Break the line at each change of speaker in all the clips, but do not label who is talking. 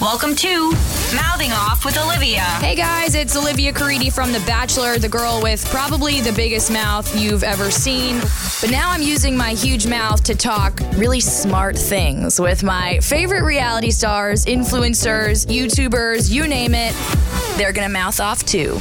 Welcome to Mouthing Off with Olivia.
Hey guys, it's Olivia Caridi from The Bachelor, the girl with probably the biggest mouth you've ever seen. But now I'm using my huge mouth to talk really smart things with my favorite reality stars, influencers, YouTubers, you name it. They're gonna mouth off too.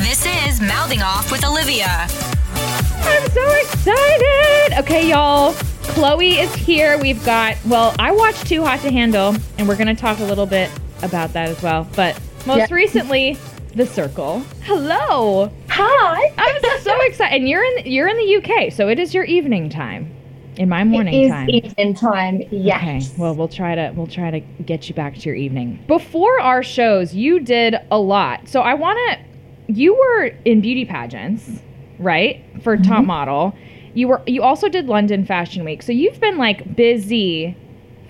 This is Mouthing Off with Olivia.
I'm so excited. Okay, y'all. Chloe is here. We've got, well, I watched Too Hot to Handle, and we're going to talk a little bit about that as well. But most recently, The Circle. Hello.
Hi.
I'm so excited. And you're in you're in the UK, so it is your evening time. In my morning
it is
time.
evening time. Yes.
Okay. Well, we'll try to we'll try to get you back to your evening. Before our shows, you did a lot. So I want to you were in beauty pageants, right? For
Mm-hmm.
top model. You were you also did London Fashion Week. So you've been like busy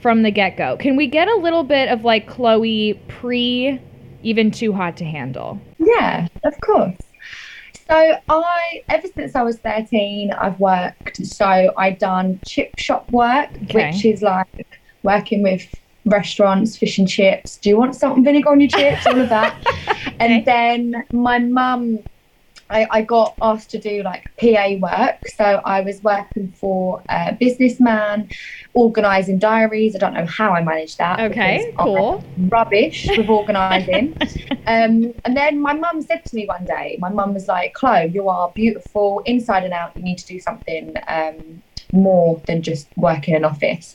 from the get-go. Can we get a little bit of like Chloe pre even too hot to handle?
Yeah, of course. So I, ever since I was 13, I've worked. So I've done chip shop work,
Okay.
which is like working with restaurants, fish and chips. Do you want salt and vinegar on your chips? All of that. And then my mum, I, I got asked to do like PA work. So I was working for a businessman, organising diaries. I don't know how I managed that.
Okay,
because I
cool.
rubbish with organising. um, and then my mum said to me one day, my mum was like, Chloe, you are beautiful inside and out. You need to do something um, more than just work in an office.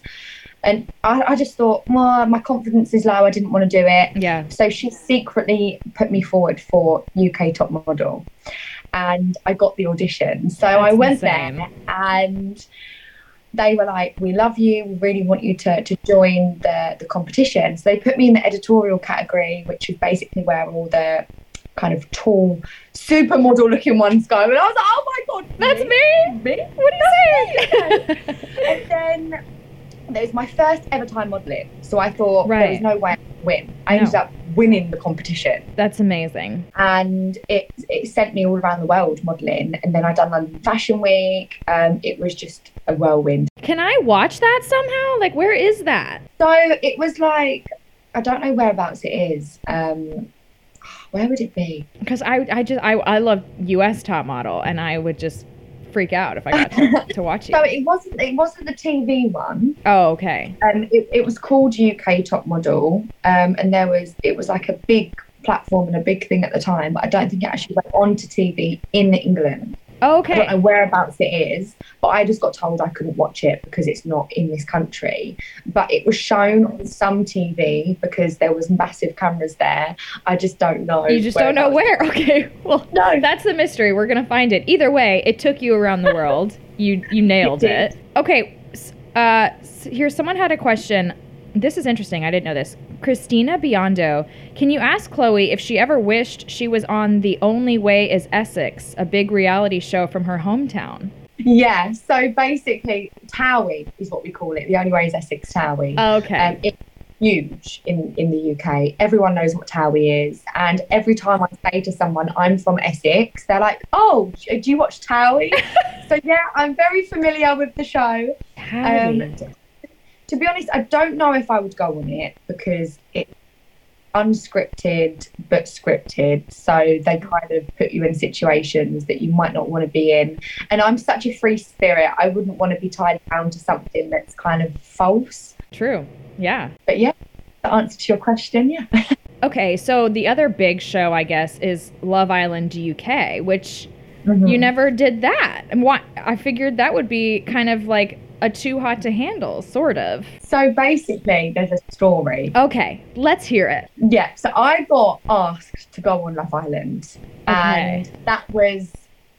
And I, I just thought, well, my confidence is low. I didn't want to do it.
Yeah.
So she secretly put me forward for UK Top Model, and I got the audition. So I went
insane.
there, and they were like, "We love you. We really want you to to join the the competition." So they put me in the editorial category, which is basically where all the kind of tall, supermodel looking ones go. And I was like, "Oh my god,
That's
me!"
me.
me?
What are you saying?
and then that was my first ever time modeling. So I thought there
Right.
was no way I could win. I
No.
ended up winning the competition
That's amazing.
and it it sent me all around the world modelling. And then I done London Fashion Week. Um, it was just a whirlwind.
Can I watch that somehow? Like, where is that?
So it was like I don't know whereabouts it is. Um, where would it be?
Because I, I just, I, I love U.S. Top Model, and I would just freak out if I got to, to watch it.
So it wasn't it wasn't the TV one.
Oh, okay.
Um, it, it was called UK Top Model, um, and there was it was like a big platform and a big thing at the time. But I don't think it actually went on to TV in England. I don't
Okay.
know whereabouts it is, but I just got told I couldn't watch it because it's not in this country. But it was shown on some TV because there was massive cameras there. I just don't know.
You just don't know
whereabouts-
where. Okay. Well,
No.
that's the mystery. We're gonna find it. Either way, it took you around the world. You, you nailed
It
it. Okay. s- Uh, s- here, someone had a question. This is interesting. I didn't know this. Christina Biondo, can you ask Chloe if she ever wished she was on The Only Way is Essex, a big reality show from her hometown?
Yeah. So basically, Towie is what we call it. The only way is Essex Towie.
Okay.
Um, it's huge in, in the UK. Everyone knows what Towie is. And every time I say to someone, I'm from Essex, they're like, oh, do you watch Towie? so, yeah, I'm very familiar with the show. um,
Howdy.
To be honest, I don't know if I would go on it because it's unscripted but scripted. So they kind of put you in situations that you might not want to be in. And I'm such a free spirit. I wouldn't want to be tied down to something that's kind of false.
True. Yeah.
But yeah, the answer to your question, yeah.
Okay, so the other big show, I guess, is Love Island UK, which you
Hmm.
never did that. And why? I figured that would be kind of like a too hot to handle, sort of.
So basically, there's a story.
Okay, let's hear it.
Yeah, so I got asked to go on Love Island, and that was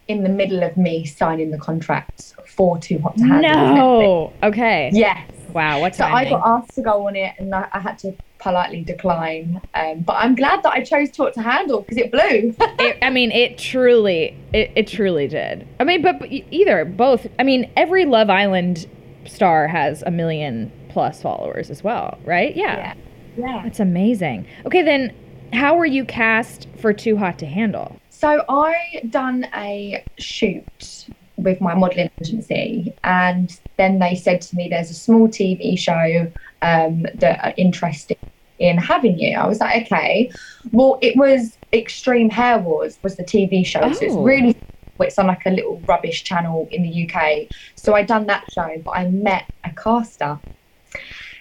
in the middle of me signing the contract for Too Hot to Handle.
No. Okay.
Yes.
Wow. What
So I
timing?
got asked to go on it, and I, I had to politely decline. Um, but I'm glad that I chose Too Hot to Handle because it blew.
it, I mean, it truly, it, it truly did. I mean, but, but e- either both. I mean, every Love Island star has a million plus followers as well, right? yeah.
yeah.
That's amazing. Okay, then how were you cast for Too Hot to Handle?
So I done a shoot with my modelling agency, and then they said to me, "There's a small TV show um, that are interested in having you. I was like, okay. Well, it was Extreme Hair Wars was the TV show, so it's
Oh.
really it's on like a little rubbish channel in the UK. So I done that show, but I met a caster.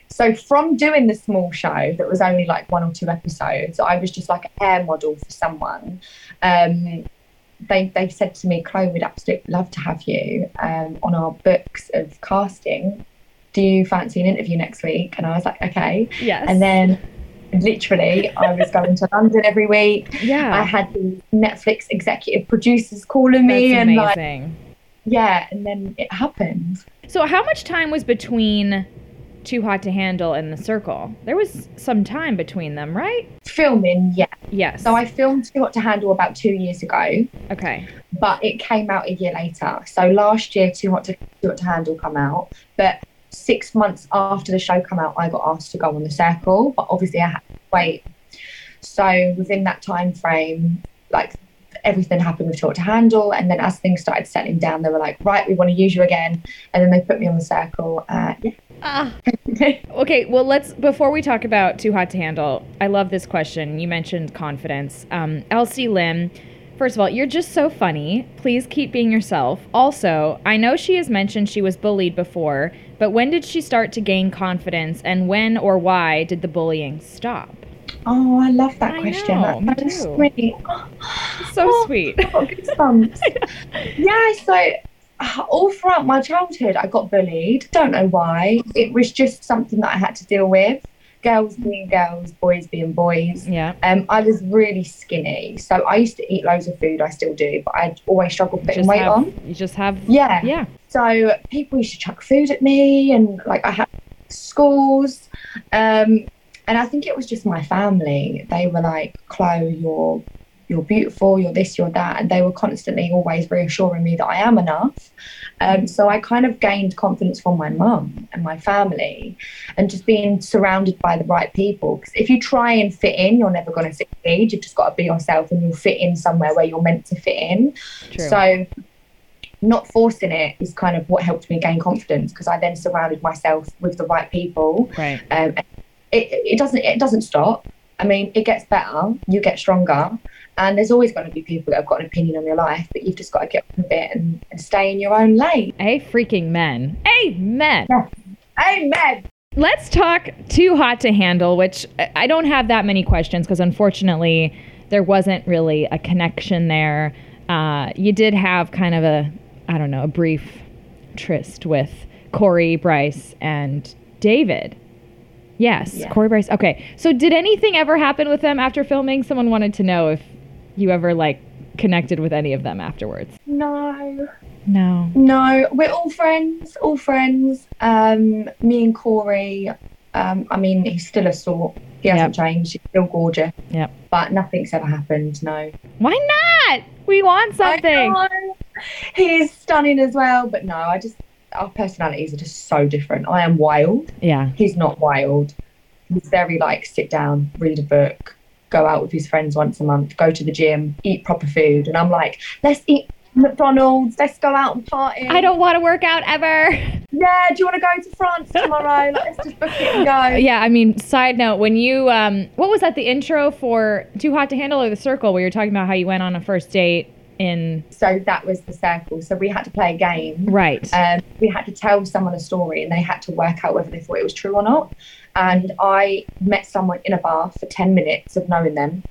So from doing the small show that was only like one or two episodes, I was just like a hair model for someone. Um, they they said to me, Chloe, we'd absolutely love to have you um, on our books of casting. Do you fancy an interview next week? And I was like, okay.
Yes.
And then literally, I was going to London every week. I
yeah.
had the Netflix executive producers calling
That's
me, and like,
amazing.
yeah, and then it happened.
So how much time was between Too Hot to Handle and The Circle? There was some time between them, right?
Filming, yeah.
Yes.
So I filmed Too Hot to Handle about two years ago,
okay.
but it came out a year later. So last year, Too Hot to, Too Hot to Handle come out, but six months after the show come out, I got asked to go on the circle, but obviously I had to wait. So within that time frame, like everything happened with Too Hot to Handle, and then as things started settling down, they were like, right, we want to use you again, and then they put me on the circle. Uh, yeah.
Okay, well, let's before we talk about Too Hot to Handle, I love this question. You mentioned confidence. Um, Elsie Lim, first of all, you're just so funny. Please keep being yourself. Also, I know she has mentioned she was bullied before, but when did she start to gain confidence and when or why did the bullying stop?
Oh, I love that
I
question.
know, me
That's
too.
really
So
Oh.
sweet.
got goosebumps. yeah, so uh, all throughout my childhood, I got bullied. Don't know why. It was just something that I had to deal with. Girls being girls, boys being boys.
Yeah.
Um, I was really skinny, so I used to eat loads of food. I still do, but I always struggled putting weight
have,
on.
You just have.
Yeah.
Yeah.
So people used to chuck food at me, and like I had schools, um, and I think it was just my family. They were like, "Chloe, you're you're beautiful. You're this. You're that," and they were constantly always reassuring me that I am enough. Um, so I kind of gained confidence from my mum and my family, and just being surrounded by the right people. Because if you try and fit in, you're never going to succeed. You've just got to be yourself, and you'll fit in somewhere where you're meant to fit in.
True.
So not forcing it is kind of what helped me gain confidence because I then surrounded myself with the right people.
right.
Um, it, it doesn't it doesn't stop. I mean, it gets better. You get stronger, and there's always going to be people that have got an opinion on your life, but you've just got to get on with it and, and stay in your own lane.
A freaking men. Amen.
Amen.
Let's talk Too Hot to Handle, which I- I don't have that many questions because unfortunately there wasn't really a connection there. Uh, you did have kind of a, I don't know, a brief tryst with Corey, Bryce, and David. Yes,
Yeah.
Corey Bryce. Okay. So did anything ever happen with them after filming? Someone wanted to know if you ever like connected with any of them afterwards.
No,
No.
no, we're all friends, all friends. Um, me and Corey. Um, I mean, he's still a sort. He hasn't changed. He's still gorgeous.
Yep.
But nothing's ever happened. No.
Why not? We want something.
I know. He is stunning as well, but no, I just our personalities are just so different. I am wild.
Yeah.
He's not wild. He's very like sit down, read a book, go out with his friends once a month, go to the gym, eat proper food, and I'm like, let's eat McDonald's, let's go out and party.
I don't want to work out ever.
Yeah, do you want to go to France tomorrow? Like, let's just book it and
Uh,
go.
yeah, I mean, side note, when you, um, what was that, the intro for Too Hot to Handle or The Circle, where you're talking about how you went on a first date in.
So that was the circle. So we had to play a game.
Right.
um, we had to tell someone a story and they had to work out whether they thought it was true or not. And I met someone in a bar for 10 minutes of knowing them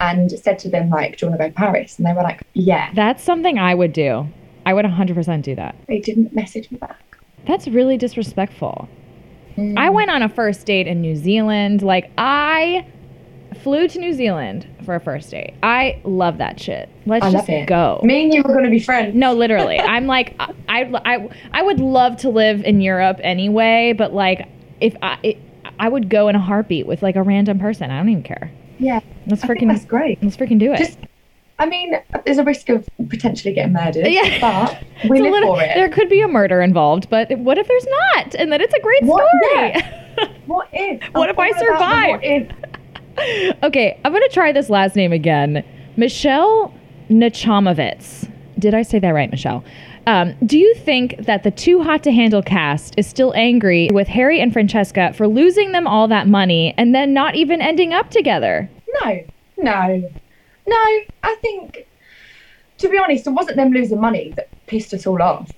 and said to them, like, do you want to go to Paris? And they were like, yeah.
That's something I would do. I would 100% do that.
They didn't message me back.
That's really disrespectful.
Mm.
I went on a first date in New Zealand. Like, I flew to New Zealand for a first date. I love that shit. Let's
I love
just
it.
go.
Me and you were going to be friends.
No, literally. I'm like, I, I, I would love to live in Europe anyway, but like, if I, it, I would go in a heartbeat with like a random person. I don't even care.
Yeah.
Let's
I think
freaking,
that's great.
let's freaking do it.
Just- I mean, there's a risk of potentially getting murdered,
Yeah.
but we
It's a
live
little-
for it.
There could be a murder involved, but what if there's not? And then it's a great
What?
story.
What if?
What
I'm
if I
all about the
survive?
What if?
okay, I'm gonna try this last name again. Michelle Nachamovitz. Did I say that right, Michelle? Um, do you think that the Too Hot to Handle cast is still angry with Harry and Francesca for losing them all that money and then not even ending up together?
No, no, no. I think, to be honest, it wasn't them losing money that pissed us all off.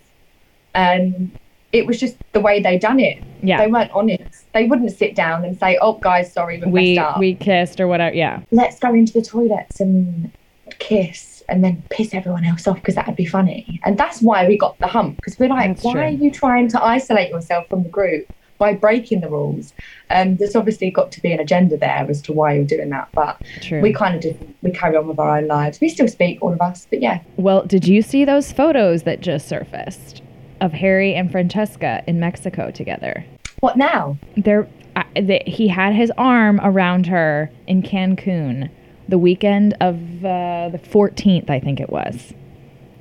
Um, it was just the way they done it.
Yeah.
They weren't honest. They wouldn't sit down and say, "Oh, guys, sorry, we,
we
messed up.
we kissed or whatever. Yeah.
Let's go into the toilets and kiss." And then piss everyone else off because that would be funny. And that's why we got the hump because we're like,
That's
why
true.
are you trying to isolate yourself from the group by breaking the rules? Um, there's obviously got to be an agenda there as to why you're doing that. But
True.
we kind of just we carry on with our own lives. We still speak, all of us, but yeah,
Well, did you see those photos that just surfaced of Harry and Francesca in Mexico together?
what now?
They're, I the, he had his arm around her in Cancun the weekend of uh, the 14th, I think it was.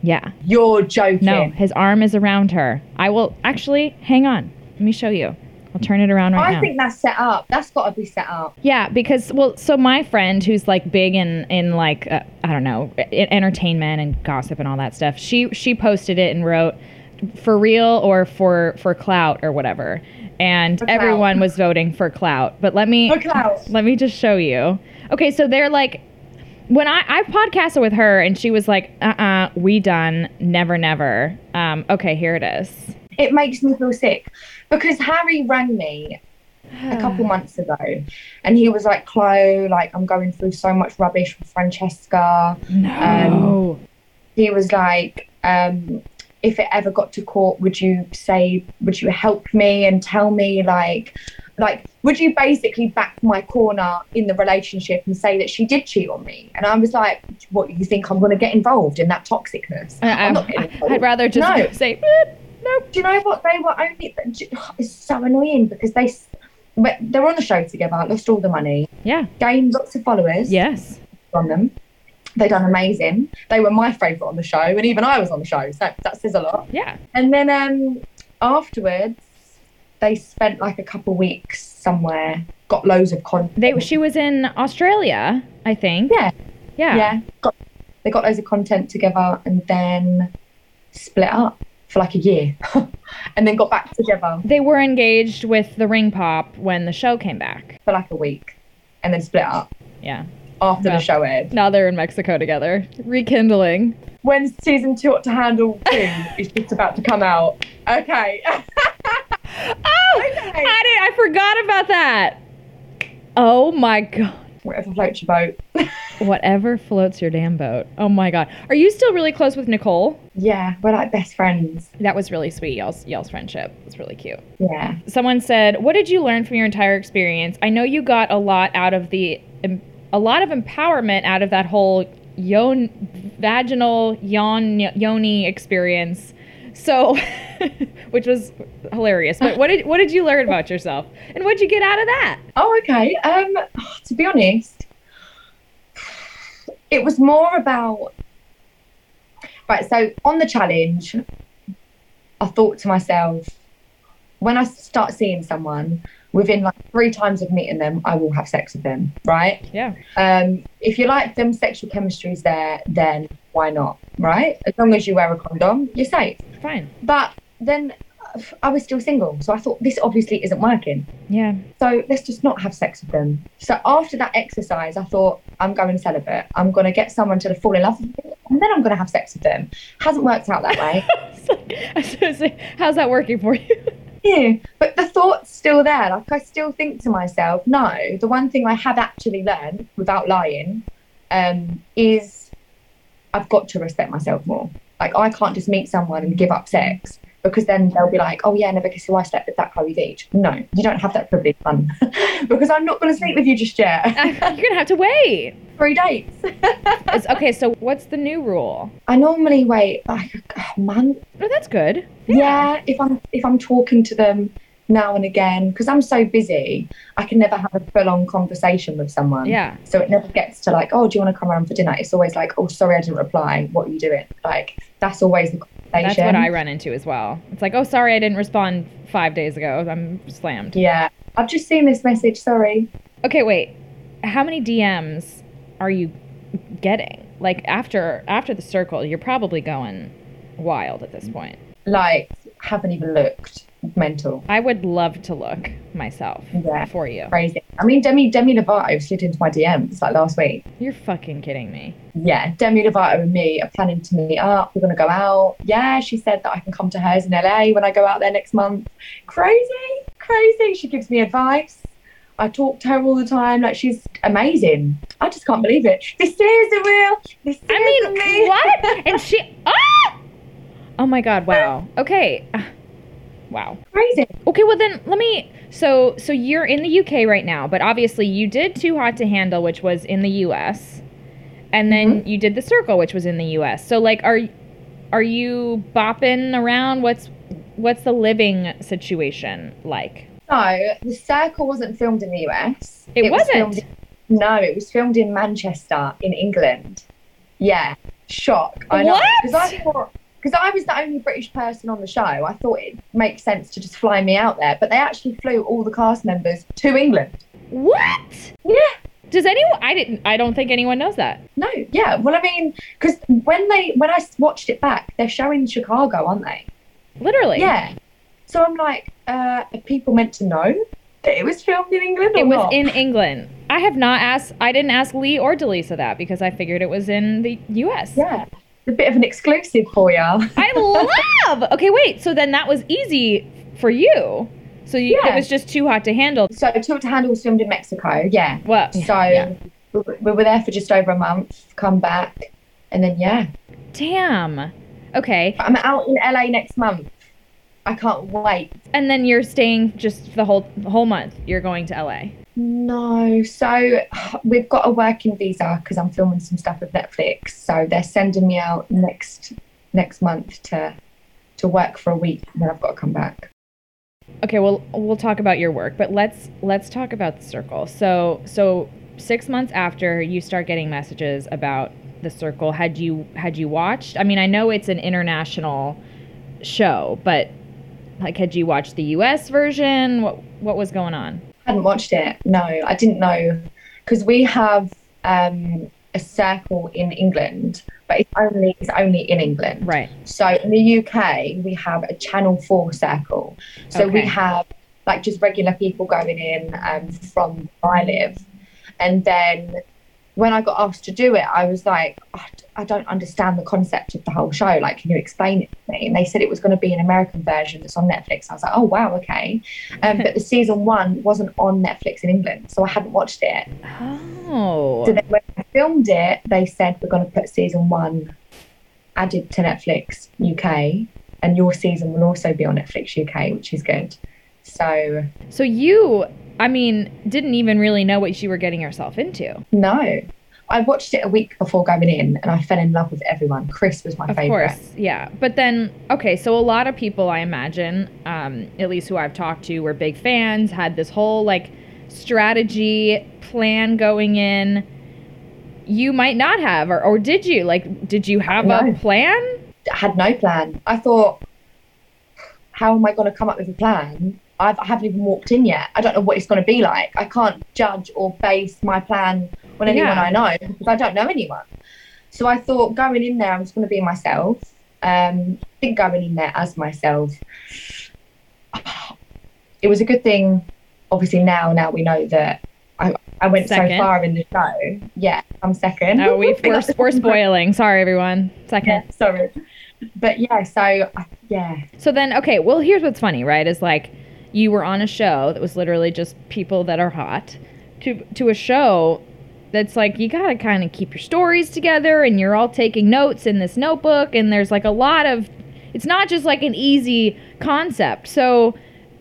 Yeah.
You're joking.
No, his arm is around her. I will actually hang on. Let me show you. I'll turn it around right
I
now.
think that's set up. That's got to be set up.
Yeah, because well, so my friend who's like big in in like uh, I don't know e- entertainment and gossip and all that stuff. She she posted it and wrote for real or for for clout or whatever, and
For clout.
everyone was voting for clout. But let me
For clout.
let me just show you. Okay, so they're like when I I podcasted with her and she was like, uh uh we done, never never. Um, okay, here it is.
It makes me feel sick because Harry rang me a
Oh.
couple months ago, and he was like, "Chloe, like I'm going through so much rubbish with Francesca."
No.
he was like, um, if it ever got to court, would you say, would you help me and tell me, like, like, would you basically back my corner in the relationship and say that she did cheat on me? And I was like, what, you think I'm going to get involved in that toxicness?
I,
I'm not getting
I, would
involved.
rather just
No.
say. "Boop."
Do you know what? They were only, it's so annoying because they, s- but they're on the show together, lost all the money,
Yeah.
gained lots of followers
Yes.
on them. They done amazing. They were my favourite on the show, and even I was on the show, so that says a lot.
Yeah.
And then um, afterwards, they spent like a couple weeks somewhere, got loads of content.
They she was in Australia, I think.
Yeah.
Yeah.
yeah, got, they got loads of content together and then split up for like a year, and then got back together
They were engaged with the ring pop when the show came back.
for like a week, and then split up
Yeah.
after
Wow.
the show aired.
Now they're in Mexico together, rekindling.
When season two ought to handle two is just about to come out. Okay.
Oh, I did. I forgot about that. Oh my god.
Whatever floats your boat.
Whatever floats your damn boat. Oh my god. Are you still really close with Nicole?
Yeah, we're like best friends.
That was really sweet. Y'all's, y'all's friendship. It's really cute.
Yeah.
someone said, "What did you learn from your entire experience? I know you got a lot out of the em- a lot of empowerment out of that whole yon vaginal yon yoni experience. So, which was hilarious. But what did what did you learn about yourself? And what did you get out of that?
Oh, okay. Um, to be honest, it was more about right. So on the challenge, I thought to myself, when I start seeing someone within like three times of meeting them, I will have sex with them, right?
Yeah.
Um, if you like them, sexual chemistry is there, then why not, right? As long as you wear a condom, you're safe.
Fine.
But then uh, I was still single, so I thought this obviously isn't working.
Yeah.
So let's just not have sex with them. So after that exercise, I thought, I'm going celibate. I'm going to get someone to fall in love with me, and then I'm going to have sex with them. Hasn't worked out that way.
It's like- I was gonna say, How's that working for you?
yeah. But the thought's still there. Like, I still think to myself, no, the one thing I have actually learned without lying um, is I've got to respect myself more. Like, I can't just meet someone and give up sex. Because then they'll be like, oh yeah, never kiss who I slept with that Chloe Beach. No, you don't have that privilege, man. because I'm not going to sleep with you just yet.
You're gonna have to wait.
three dates.
It's- okay. So what's the new rule?
I normally wait like a month.
Oh, that's good.
Yeah. if I'm if I'm talking to them now and again because I'm so busy, I can never have a full on conversation with someone.
Yeah.
So it never gets to like, oh, do you want to come around for dinner? It's always like, oh, sorry, I didn't reply. What are you doing? Like that's always the
That's
conversation.
what I run into as well. It's like, oh, sorry, I didn't respond five days ago. I'm slammed.
Yeah, I've just seen this message. Sorry.
Okay, wait. How many DMs are you getting? Like after after the circle, you're probably going wild at this point.
Like, haven't even looked. Mental.
I would love to look myself
Yeah.
for you.
Crazy. I mean, Demi Demi Lovato slid into my DMs like last week.
You're fucking kidding me.
Yeah, Demi Lovato and me are planning to meet up. We're gonna go out. Yeah, she said that I can come to hers in LA when I go out there next month. Crazy, crazy. She gives me advice. I talk to her all the time. Like she's amazing. I just can't believe it. This is the real. This is
I
the
mean,
real.
what? And she. Ah! Oh my god! Wow. Okay. Ah. Wow.
Crazy.
Okay. Well, then let me. So, so you're in the UK right now, but obviously you did Too Hot to Handle, which was in the US, and then you did The Circle, which was in the US. So, like, are are you bopping around? What's what's the living situation like?
No, the circle wasn't filmed in the US.
It
was
wasn't?
filmed in- no, it was filmed in Manchester, in England. Yeah, shock. I know.
What?
Because I thought. Because I was the only British person on the show, I thought it makes sense to just fly me out there. But they actually flew all the cast members to England.
What?
Yeah.
Does anyone? I didn't. I don't think anyone knows that.
No. Yeah. Well, I mean, because when they when I s- watched it back, they're showing Chicago, aren't they?
Literally.
Yeah. So I'm like, uh, are people meant to know that it was filmed in England or
It was
not?
in England. I have not asked. I didn't ask Lee or Delisa that because I figured it was in the U.S.
yeah. A bit of an exclusive for ya.
I love. Okay, wait. So then that was easy for you. So you, it
Yeah.
was just too hot to handle.
So Tilt to Handle was filmed in Mexico, yeah.
Well,
So We, we were there for just over a month, come back, and then yeah.
damn. Okay,
But I'm out in LA next month. I can't wait.
and then you're staying just the whole whole month. You're going to L.A.
No, so we've got a working visa because I'm filming some stuff with Netflix. So they're sending me out next next month to to work for a week, and then I've got to come back.
Okay, well we'll talk about your work, but let's let's talk about the circle. So so six months after you start getting messages about the circle, had you had you watched? I mean, I know it's an international show, but like had you watched the US version? What what was going on?
I hadn't watched it. No, I didn't know because we have um, a circle in England, but it's only it's only in England.
Right.
So in the UK, we have a Channel 4 circle. So we
Okay.
have like just regular people going in um, from where I live. And then when I got asked to do it, I was like, "I d- I don't understand the concept of the whole show. Like, can you explain it to me? And they said it was going to be an American version that's on Netflix. I was like, oh, wow, okay. Um, but the season one wasn't on Netflix in England. So I hadn't watched it.
Oh.
So then when I filmed it, they said we're going to put season one added to Netflix UK, and your season will also be on Netflix UK, which is good. So
So you I mean, didn't even really know what you were getting yourself into.
no, I watched it a week before going in, and I fell in love with everyone. Chris was my
Of
favorite.
course, yeah. But then, okay, so a lot of people, I imagine, um, at least who I've talked to, were big fans, had this whole like strategy plan going in. You might not have, or, or did you? Like, did you have a
No.
plan?
I had no plan. I thought, how am I going to come up with a plan? I've, I haven't even walked in yet. I don't know what it's going to be like. I can't judge or base my plan on anyone
Yeah.
I know because I don't know anyone. So I thought going in there, I'm just going to be myself. Um, I think going in there as myself, it was a good thing. Obviously now, now we know that I, I went
Second.
so far in the show. Yeah, I'm second.
No, we, we're, we're
Like-
spoiling. Sorry, everyone. Second.
yeah, sorry. But yeah, so I- yeah,
So then, okay, well, here's what's funny, right? Is like you were on a show that was literally just people that are hot to to a show that's like you gotta kind of keep your stories together, and you're all taking notes in this notebook, and there's like a lot of. It's not just like an easy concept. So,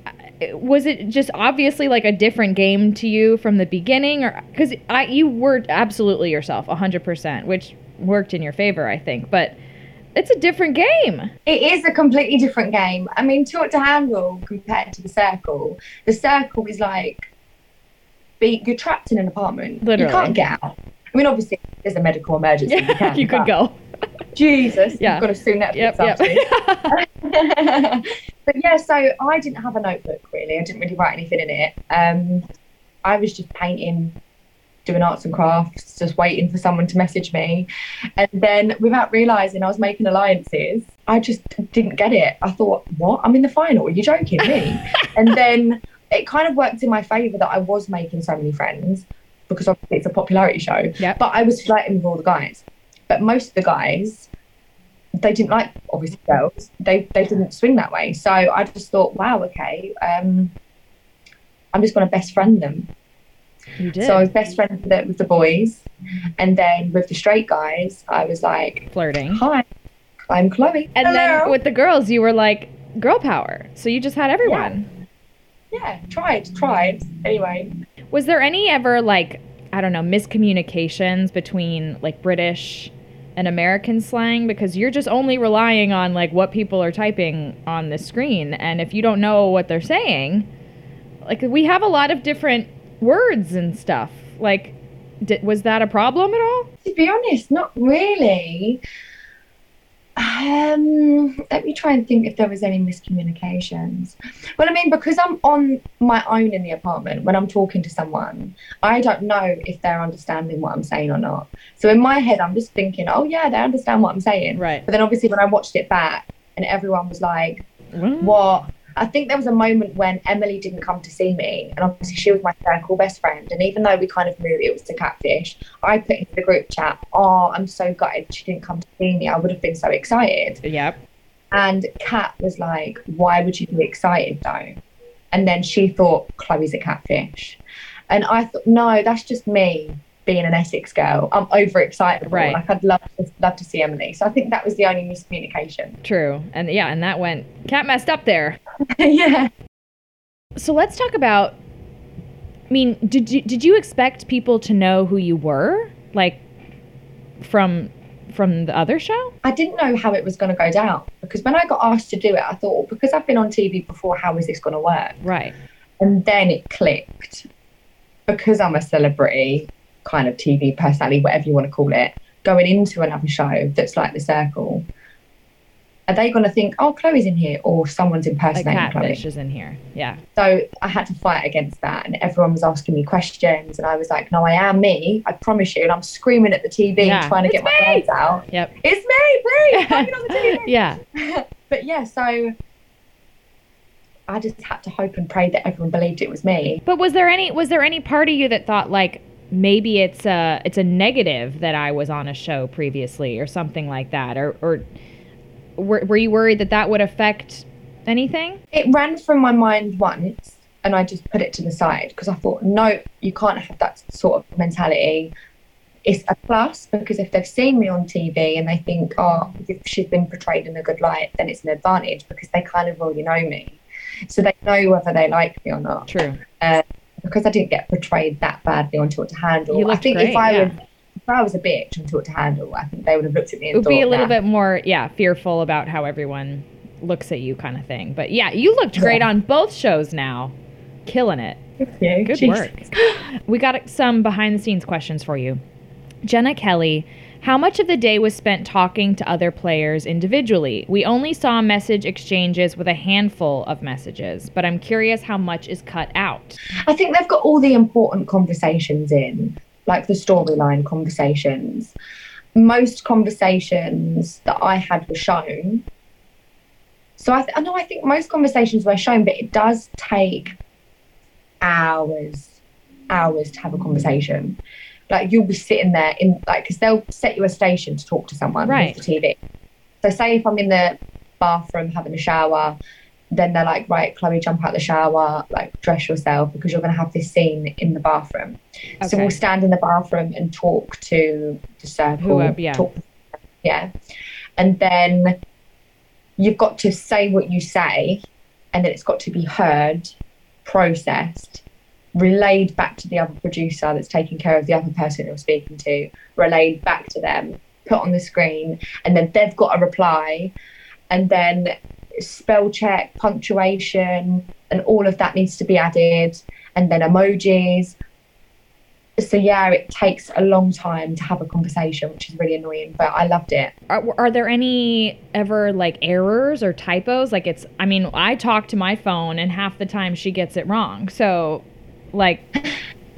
uh, was it just obviously like a different game to you from the beginning, or because I you were absolutely yourself, hundred percent, which worked in your favor, I think, but. It's a different game.
it is a completely different game. I mean, talk to handle compared to the circle. The circle is like, be you're trapped in an apartment.
Literally.
you can't get out. I mean, obviously, if there's a medical emergency. you,
Yeah,
can,
you could
but
go.
Jesus,
Yeah.
you've got to sue Netflix
Yep, yep.
after this. but yeah, so I didn't have a notebook really. I didn't really write anything in it. Um, I was just painting doing arts and crafts, just waiting for someone to message me. And then without realizing I was making alliances, I just didn't get it. I thought, what? I'm in the final. Are you joking me? and then it kind of worked in my favor that I was making so many friends because obviously it's a popularity show.
Yep.
But I was flirting with all the guys. But most of the guys they didn't like obviously girls. They they didn't swing that way. So I just thought, wow, okay, um, I'm just going to best friend them.
You did.
So I was best friend with the, with the boys, and then with the straight guys, I was like,
flirting.
hi, I'm Chloe.
And then
Hello.
with the girls, you were like girl power. So you just had everyone.
yeah, tried, tried. Anyway,
Was there any ever like I don't know miscommunications between like British and American slang because you're just only relying on like what people are typing on the screen and if you don't know what they're saying, like we have a lot of different words and stuff. Like di was that a problem at all?
to be honest, not really. Um, let me try and think if there was any miscommunications. Well, I mean, because I'm on my own in the apartment when I'm talking to someone, I don't know if they're understanding what I'm saying or not. So in my head, I'm just thinking, oh yeah, they understand what I'm saying.
Right.
But then obviously, when I watched it back, and everyone was like, what I think there was a moment when Emily didn't come to see me, and obviously she was my circle best friend. And even though we kind of knew it was the catfish, I put into the group chat, "Oh, I'm so gutted she didn't come to see me. I would have been so excited."
Yep.
And Kat was like, "Why would you be excited though?" And then she thought Chloe's a catfish, and I thought, "No, that's just me." Being an Essex girl, I'm overexcited.
Right.
Like I'd love to, love to see Emily. So I think that was the only miscommunication.
True. And yeah, and that went cat messed up there.
yeah.
So let's talk about. I mean, did you did you expect people to know who you were, like from from the other show?
I didn't know how it was going to go down because when I got asked to do it, I thought, well, because I've been on TV before, how is this going to work?
Right.
And then it clicked because I'm a celebrity, kind of TV personality, whatever you want to call it, going into another show that's like The Circle. Are they going to think, oh, Chloe's in here or someone's
Like
impersonating Chloe?
catfish is in here. Yeah.
So I had to fight against that, and everyone was asking me questions, and I was like, "No, I am me. I promise you." And I'm screaming at the TV,
Yeah.
trying to get my
me!
words out.
Yep.
It's me, please. Come on the TV.
Yeah.
but yeah, so I just had to hope and pray that everyone believed it was me.
But was there any was there any part of you that thought like maybe it's a it's a negative that I was on a show previously or something like that or or were, were you worried that that would affect anything?
It ran from my mind once, and I just put it to the side because I thought, no, you can't have that sort of mentality. It's a plus because if they've seen me on TV and they think, oh, if she's been portrayed in a good light, then it's an advantage because they kind of already know me. So they know whether they like me or not.
True.
because I didn't get portrayed that badly on Talk to Handle.
You
I
looked
think
great,
if I
yeah.
was if I was a bitch on Talk to Handle, I think they would have looked at me
it
and
would
thought,
be a little
"Nah."
bit more yeah fearful about how everyone looks at you kind of thing but yeah you looked great on both shows now killing it
Yeah,
good
Jesus.
work we got some behind the scenes questions for you jenna kelly how much of the day was spent talking to other players individually we only saw message exchanges with a handful of messages but i'm curious how much is cut out
I think they've got all the important conversations in, like the storyline conversations. Most conversations that I had were shown. So I, th- I know I think most conversations were shown, but it does take hours, hours to have a conversation. Like you'll be sitting there in like because they'll set you a station to talk to someone
Right.
with the TV. So say if I'm in the bathroom having a shower, then they're like, right, Chloe, jump out the shower, like dress yourself because you're going to have this scene in the bathroom. So
Okay.
we'll stand in the bathroom and talk to the circle.
Whoever- yeah.
Talk, yeah. And then you've got to say what you say, and then it's got to be heard, processed, relayed back to the other producer that's taking care of the other person you're speaking to, relayed back to them, put on the screen, and then they've got a reply, and then spell check, punctuation, and all of that needs to be added, and then emojis. So yeah, it takes a long time to have a conversation, which is really annoying, but I loved it.
are, are there any ever like errors or typos like it's i mean i talk to my phone and half the time she gets it wrong so like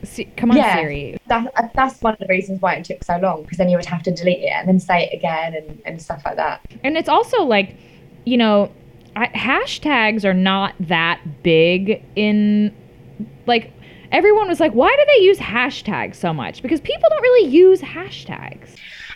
Se- come on,
Yeah.
Siri.
That, uh, that's one of the reasons why it took so long because then you would have to delete it and then say it again and, and stuff like that.
And it's also like, you know, I, hashtags are not that big in, like, everyone was like, why do they use hashtags so much? Because people don't really use hashtags.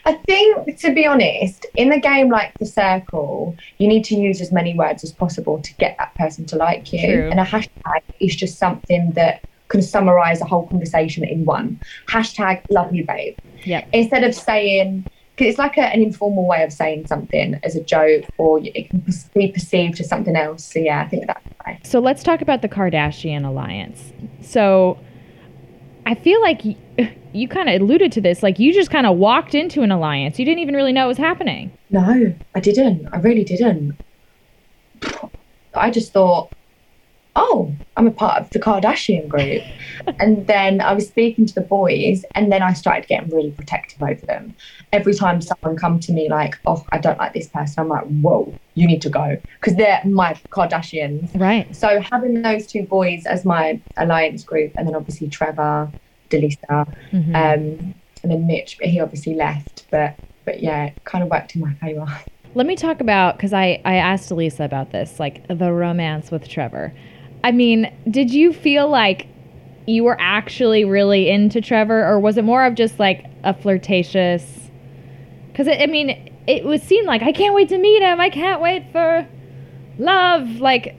I think, to be honest, in a game like The Circle, you need to use as many words as possible to get that person to like you.
True.
And a hashtag is just something that can summarize a whole conversation in one hashtag love you babe
Yep.
instead of saying 'cause it's like a, an informal way of saying something as a joke or it can be perceived as something else so yeah i think that's why
So let's talk about the Kardashian alliance. So I feel like y- you kind of alluded to this. Like, you just kind of walked into an alliance. You didn't even really know it was happening.
No, I didn't. I really didn't. I just thought, oh, I'm a part of the Kardashian group. and then I was speaking to the boys, and then I started getting really protective over them. Every time someone come to me like, oh, I don't like this person, I'm like, whoa, you need to go because they're my Kardashians.
Right.
So having those two boys as my alliance group, and then obviously Trevor, Delisa,
Mhm.
um, and then Mitch, but he obviously left. But but yeah, it kind of worked in my favour.
Let me talk about because I I asked Elisa about this, like the romance with Trevor. I mean, did you feel like you were actually really into Trevor, or was it more of just like a flirtatious? Because I mean, it would seem like I can't wait to meet him. I can't wait for love. Like,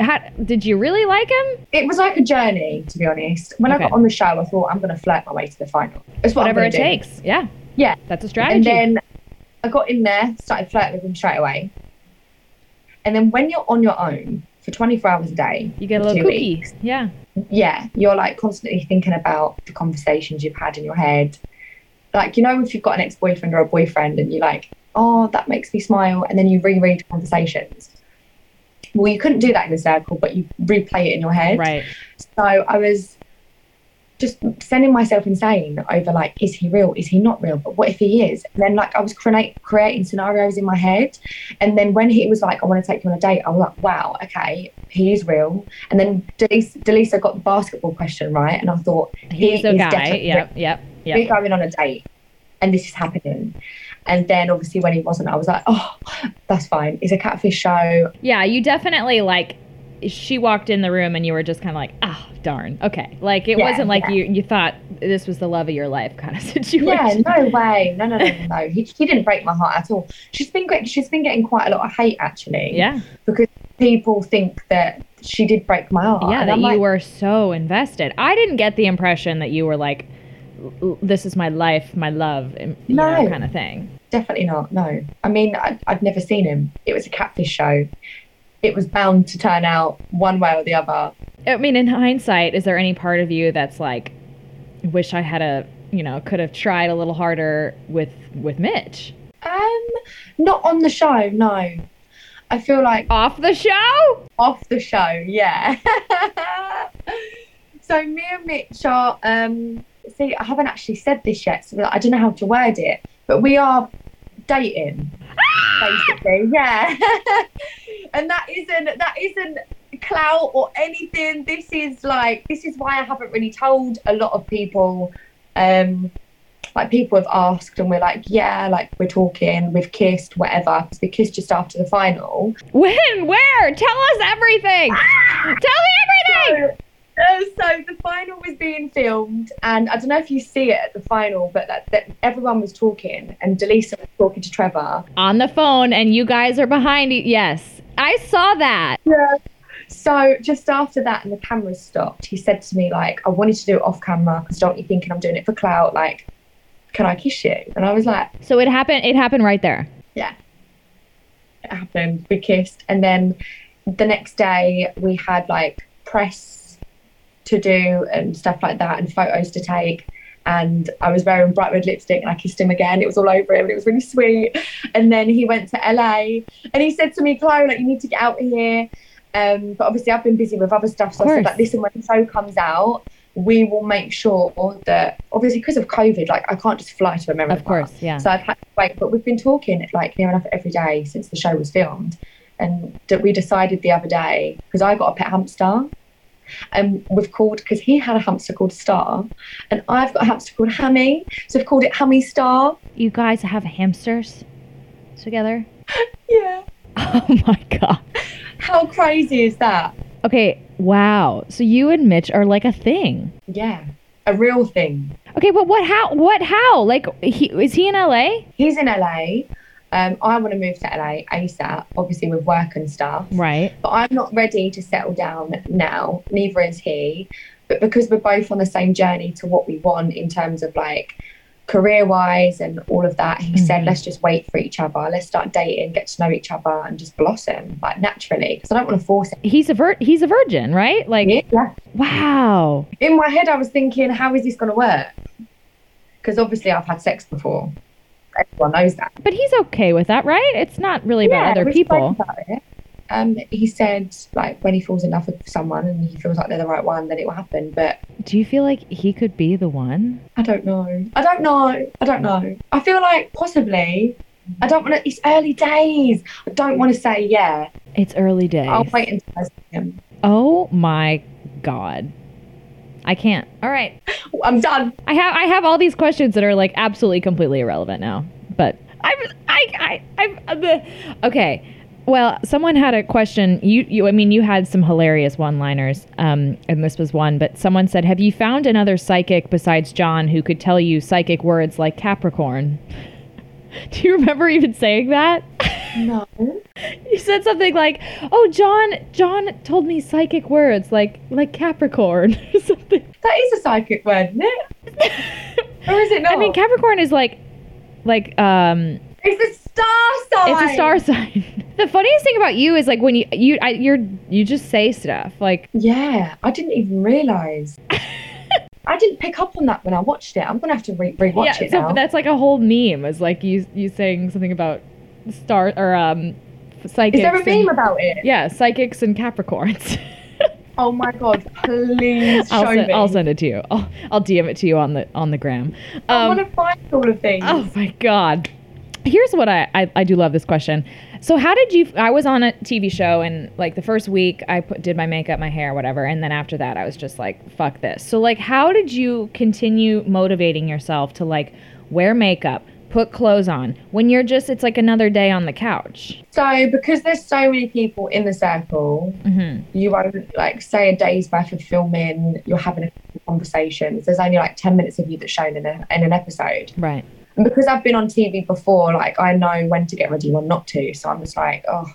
how, did you really like him?
It was like a journey, to be honest. When
Okay.
I got on the show, I thought I'm going to flirt my way to the final. It's what
Whatever
I'm
it
gonna do.
takes. Yeah.
Yeah.
That's a strategy.
And then I got in there, started flirting with him straight away. And then when you're on your own for 24 hours a day,
you get a
for
little
two
kooky.
weeks,
Yeah.
yeah, you're like constantly thinking about the conversations you've had in your head. Like, you know, if you've got an ex boyfriend or a boyfriend and you're like, oh, that makes me smile. And then you reread conversations. Well, you couldn't do that in the circle, but you replay it in your head.
Right.
So I was just sending myself insane over like, is he real? Is he not real? But what if he is? And then like I was create, creating scenarios in my head. And then when he was like, I want to take you on a date, I was like, wow, okay, he is real. And then Delisa, Delisa got the basketball question right. And I thought,
He's the
is
guy.
definitely
Yep. Yep. Yep.
we're going on a date and this is happening. And then obviously when he wasn't, I was like, oh, that's fine. It's a catfish show.
Yeah, you definitely like she walked in the room and you were just kind of like, "Ah, darn. Okay." Like it
Yeah,
wasn't like
yeah.
you you thought this was the love of your life kind of situation.
Yeah, no way. No, no, no, no, no. He, he didn't break my heart at all. She's been great. She's been getting quite a lot of hate actually.
Yeah.
People think that she did break my heart.
Yeah,
and
that
I'm
you
like,
were so invested. I didn't get the impression that you were like "L- this is my life, my love, and- you know,
No.
kind of thing.
definitely not. No. I mean, I, I'd never seen him. It was a catfish show. It was bound to turn out one way or the other.
I mean, in hindsight, is there any part of you that's like wish I had a, you know, could have tried a little harder with with Mitch?
Um, not on the show. No. I feel like
Off the show?
off the show, yeah. so me and Mitch are um see I haven't actually said this yet, so I don't know how to word it, but we are dating. basically, yeah. and that isn't that isn't clout or anything. This is like this is why I haven't really told a lot of people um like people have asked and we're like, yeah, like we're talking, we've kissed, whatever. 'cause we kissed just after the final.
When? Where? Tell us everything.
Ah!
Tell me everything.
So, uh, so the final was being filmed, and I don't know if you see it at the final, but that, that everyone was talking, and Delisa was talking to Trevor.
On the phone, and you guys are behind. You. Yes, I saw that.
Yeah. So just after that, and the cameras stopped, he said to me like, "I wanted to do it off camera because don't you thinking I'm doing it for clout? Like, can I kiss you?" And I was like,
So it happened. It happened right there.
it happened. We kissed, and then the next day we had like press to do and stuff like that, and photos to take. And I was wearing bright red lipstick, and I kissed him again. It was all over him, and it was really sweet. And then he went to LA, and he said to me, "Chloe, like you need to get out of here." Um, but obviously, I've been busy with other stuff, so I
course.
said, "Like, listen, when the show comes out." We will make sure that obviously because of COVID, like I can't just fly to America.
Of course. Yeah.
So I've had to wait, but we've been talking like near enough every day since the show was filmed. And d- we decided the other day because I got a pet hamster and we've called because he had a hamster called Star, and I've got a hamster called Hammy, so we've called it Hammy Star.
You guys have hamsters together?
Yeah.
Oh my god.
How crazy is that?
Okay, wow. So you and Mitch are like a thing.
Yeah, a real thing.
Okay, but what how what how? Like he is he in LA?
he's in LA. Um, I want to move to LA ASAP, obviously with work and stuff.
Right.
But I'm not ready to settle down now. Neither is he. But because we're both on the same journey to what we want in terms of like career wise and all of that, he said, let's just wait for each other. Let's start dating, get to know each other, and just blossom like naturally. Because I don't want to force it.
He's a vir- he's a virgin, right? Like
Yeah.
wow.
In my head, I was thinking, how is this going to work? Because obviously, I've had sex before. Everyone knows that.
But he's okay with that, right? It's not really
Yeah,
about other
we spoke
people.
about it. Um, he said like when he falls in love with someone and he feels like they're the right one, then it will happen. But
Do you feel like he could be the one?
I don't know. I don't know. I don't know. I feel like possibly. I don't want to. It's early days. I don't want to say yeah.
It's early days.
I'll wait until I see him.
Oh my god. I can't. All right.
Oh, I'm done.
I have I have all these questions that are like absolutely completely irrelevant now. But I'm I I I'm uh, bleh. okay. Well, someone had a question. You you I mean you had some hilarious one-liners, um, and this was one. But someone said, "Have you found another psychic besides John who could tell you psychic words like Capricorn?" Do you remember even saying that?
No.
You said something like, "Oh, John, John told me psychic words like like Capricorn or something."
That is a psychic word, isn't it? or is it not?
I mean, Capricorn is like like um
it's a star sign.
it's a star sign. the funniest thing about you is like when you you I, you're you just say stuff like
Yeah, I didn't even realize. I didn't pick up on that when I watched it. I'm gonna have to re- rewatch
yeah,
it
so
now.
that's like a whole meme is like you you saying something about star or um psychics.
Is there a
and-
meme about it?
yeah, psychics and Capricorns.
Oh my god, please show
I'll, send,
me.
I'll send it to you. I'll, I'll DM it to you on the on the gram.
I
Um,
want to find all of these.
Oh my God. Here's what I, I, I do love this question. So how did you, I was on a TV show and like the first week I put, did my makeup, my hair, whatever. And then after that I was just like, fuck this. So like, how did you continue motivating yourself to like wear makeup, put clothes on when you're just, it's like another day on the couch.
So, because there's so many people in the circle,
Mm-hmm.
you won't like say a day's worth of filming. You're having a few conversations. There's only like ten minutes of you that's shown in, a, in an episode.
Right.
And because I've been on TV before, like I know when to get ready, when not to. So I'm just like, oh,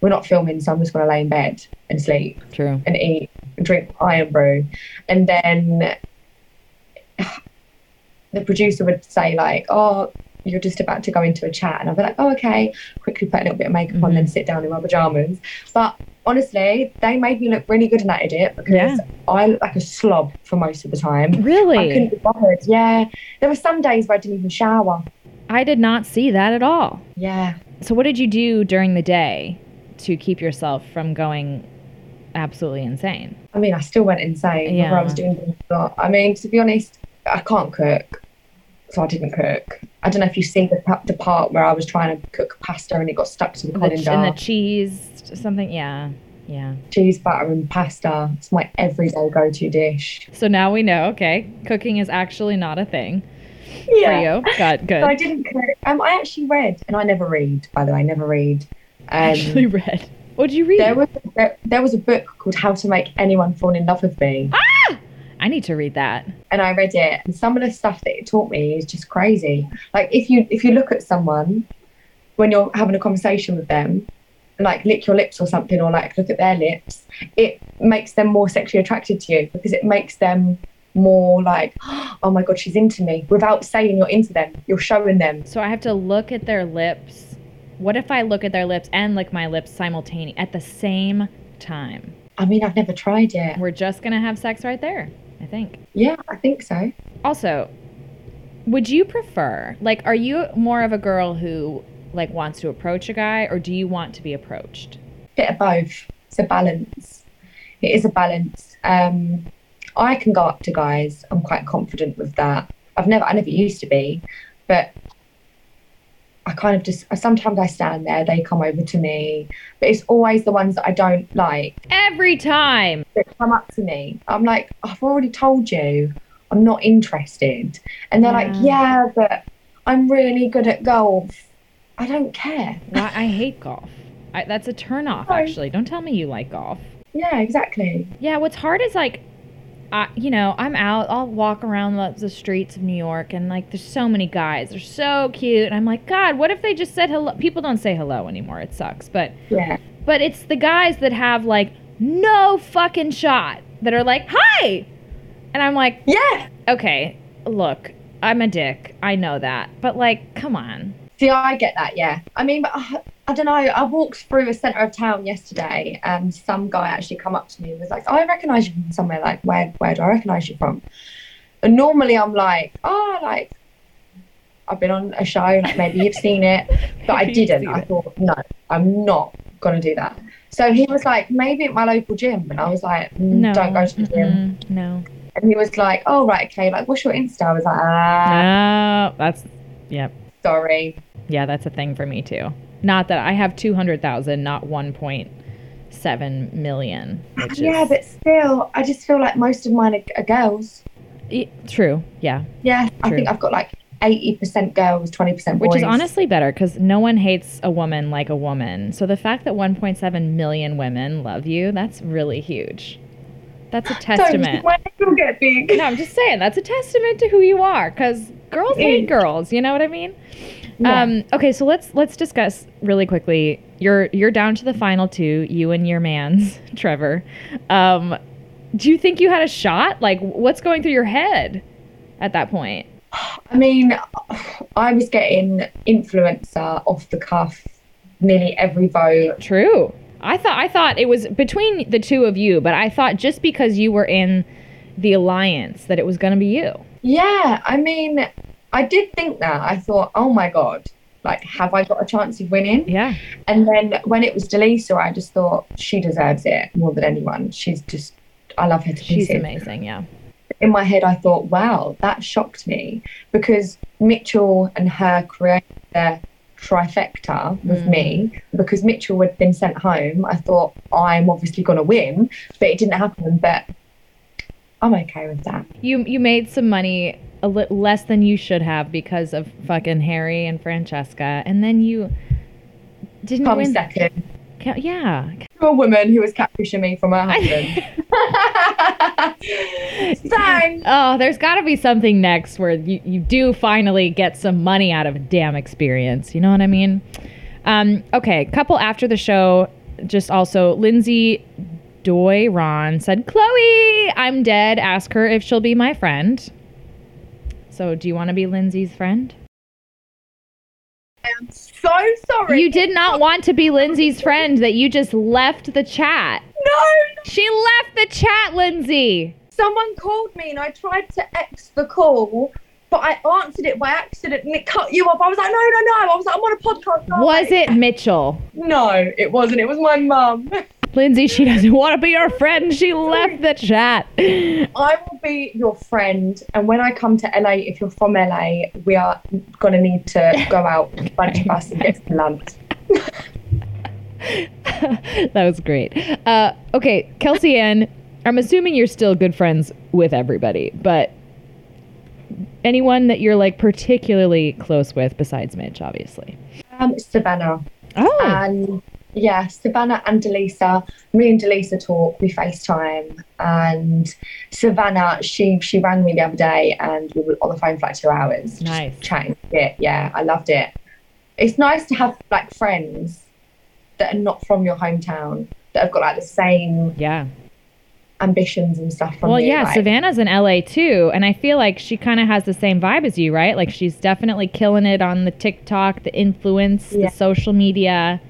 we're not filming, so I'm just gonna lay in bed and sleep.
True.
and eat, drink iron brew, and then the producer would say like, "Oh, you're just about to go into a chat," and I'd be like, "Oh, okay." Quickly put a little bit of makeup on,
Mm-hmm.
then sit down in my pajamas. But honestly, they made me look really good in that edit because
Yeah.
I look like a slob for most of the time. I couldn't
Really?
be bothered. Yeah, there were some days where I didn't even shower.
I did not see that at all.
Yeah.
So what did you do during the day to keep yourself from going absolutely insane?
I mean, I still went insane whether
Yeah.
I was doing it or not. I mean, to be honest, I can't cook, so I didn't cook. I don't know if you see the, pa- the part where I was trying to cook pasta and it got stuck to the
the,
colander.
ch- and the cheese something yeah yeah
Cheese, butter, and pasta. It's my everyday go-to dish.
so now we know okay cooking is actually not a thing for you got good
So I didn't cook. Um, I actually read, and I never read, by the way, I never read.
actually
Um,
read what did you read
there was there, there was a book called How to Make Anyone Fall in Love with Me,
i need to read that
and I read it. And some of the stuff that it taught me is just crazy. Like if you if you look at someone when you're having a conversation with them, like lick your lips or something, or like look at their lips, it makes them more sexually attracted to you because it makes them more like, oh my god, she's into me. Without saying you're into them, you're showing them.
so i have to look at their lips what if i look at their lips and lick my lips simultaneously at the same time
I mean, I've never tried it.
we're just gonna have sex right there i think
Yeah, I think so.
also would you prefer like are you more of a girl who like wants to approach a guy or do you want to be approached
Bit of both. It's a balance. It is a balance. Um, I can go up to guys. I'm quite confident with that. I've never, I never used to be, but I kind of just sometimes I stand there, they come over to me, but it's always the ones that I don't like
Every time.
that come up to me. I'm like, I've already told you, I'm not interested, and they're like, yeah, but I'm really good at golf. I don't care.
Why, I hate golf. I, that's a turnoff,
Sorry.
actually. Don't tell me you like golf.
Yeah, exactly.
Yeah, what's hard is like, I, you know, I'm out. I'll walk around the, the streets of New York, and like, there's so many guys. They're so cute, and I'm like, God, what if they just said hello? People don't say hello anymore. It sucks, but
Yeah,
but it's the guys that have like no fucking shot that are like, hi, and I'm like,
yeah.
okay, look, I'm a dick. I know that, but like, come on.
See, I get that, yeah. I mean, but I, I don't know. I walked through a centre of town yesterday, and some guy actually come up to me and was like, oh, "I recognise you from somewhere. Like, where where do I recognise you from?" And normally I'm like, "Oh, like I've been on a show, like maybe you've seen it," but I
Maybe you've
didn't.
seen
I
it.
thought, no, I'm not gonna do that. So he was like, "Maybe at my local gym," and I was like, mm,
No,
"Don't go to the gym."
mm-mm, No.
And he was like, "Oh, right, okay. Like, what's your Insta?" I was like, "Ah,
No, that's yep.
sorry."
Yeah, that's a thing for me too. Not that I have 200,000, not 1.7 million, which
Yeah,
is
but still, I just feel like most of mine are, are girls.
Y- E, true. Yeah.
Yeah, I
True.
think I've got like eighty percent girls, twenty percent boys.
Which is honestly better cuz no one hates a woman like a woman. So the fact that 1.7 million women love you, that's really huge. That's a
Don't
testament.
my head will get big.
No, I'm just saying that's a testament to who you are cuz girls hate
Mm.
girls, you know what I mean?
Yeah.
Um, okay, so let's let's discuss really quickly. You're you're down to the final two, you and your man's Trevor. Um, do you think you had a shot? Like, what's going through your head at that point?
I mean, I was getting influencer off the cuff nearly every vote.
True. I thought I thought it was between the two of you, but I thought just because you were in the alliance that it was going to be you.
Yeah, I mean, I did think that. I thought, oh my god, like, have I got a chance of winning?
Yeah.
And then when it was Delisa, I just thought she deserves it more than anyone. She's just, I love her to
She's
pieces.
amazing. Yeah.
in my head, I thought, wow, that shocked me because Mitchell and her created their trifecta with
Mm.
me because Mitchell had been sent home. I thought, I'm obviously going to win, but it didn't happen. But I'm okay with that.
You you made some money a li- less than you should have because of fucking Harry and Francesca, and then you didn't
Come
win.
second
Ca- Yeah.
to a woman who was catfishing me from her husband. Thanks.
Oh, there's got to be something next where you, you do finally get some money out of a damn experience. You know what I mean? Um, okay, couple after the show, just also Lindsay Doyron said, Chloe, I'm dead. Ask her if she'll be my friend. So, do you want to be Lindsay's friend?
So sorry.
You did not want to be Lindsay's friend, that you just left the chat.
no,
She left the chat, Lindsay.
someone called me and I tried to X the call, but I answered it by accident and it cut you off. I was like, no, no, no. I was like, I'm on a podcast. aren't
Was
I?"
it Mitchell?
No, it wasn't. It was my mum.
Lindsay, she doesn't want to be your friend. She left the chat.
I will be your friend, and when I come to LA, if you're from LA, we are gonna need to go out, a bunch of us, and get some lunch.
that was great. Uh, okay, Kelsey Ann, I'm assuming you're still good friends with everybody, but anyone that you're like particularly close with besides Mitch, obviously.
Um, Savannah
Oh,
and yeah, Savannah and Delisa. Me and Delisa talk. We FaceTime, and Savannah, she she rang me the other day, and we were on the phone for like two hours, just
Nice.
chatting. shit. yeah, I loved it. It's nice to have like friends that are not from your hometown that have got like the same
yeah.
ambitions and stuff from
Well,
you,
yeah,
like-
Savannah's in LA too, and I feel like she kind of has the same vibe as you, right? Like she's definitely killing it on the TikTok, the influence,
Yeah.
the social media.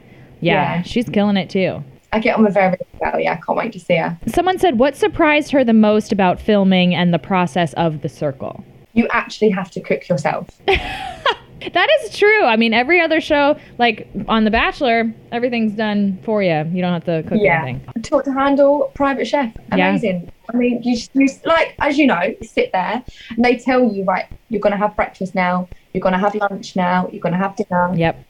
yeah,
Yeah.
she's killing it too.
I get on with her every well, yeah, I can't wait to see her.
Someone said, What surprised her the most about filming and the process of The Circle?
You actually have to cook yourself.
That is true. I mean, every other show, like on The Bachelor, everything's done for you. You don't have to cook
Yeah.
anything.
Taught to handle private chef.
Yeah.
Amazing. I mean, you just you, like, as you know, you sit there and they tell you, right, you're going to have breakfast now, you're going to have lunch now, you're going to have dinner.
Yep.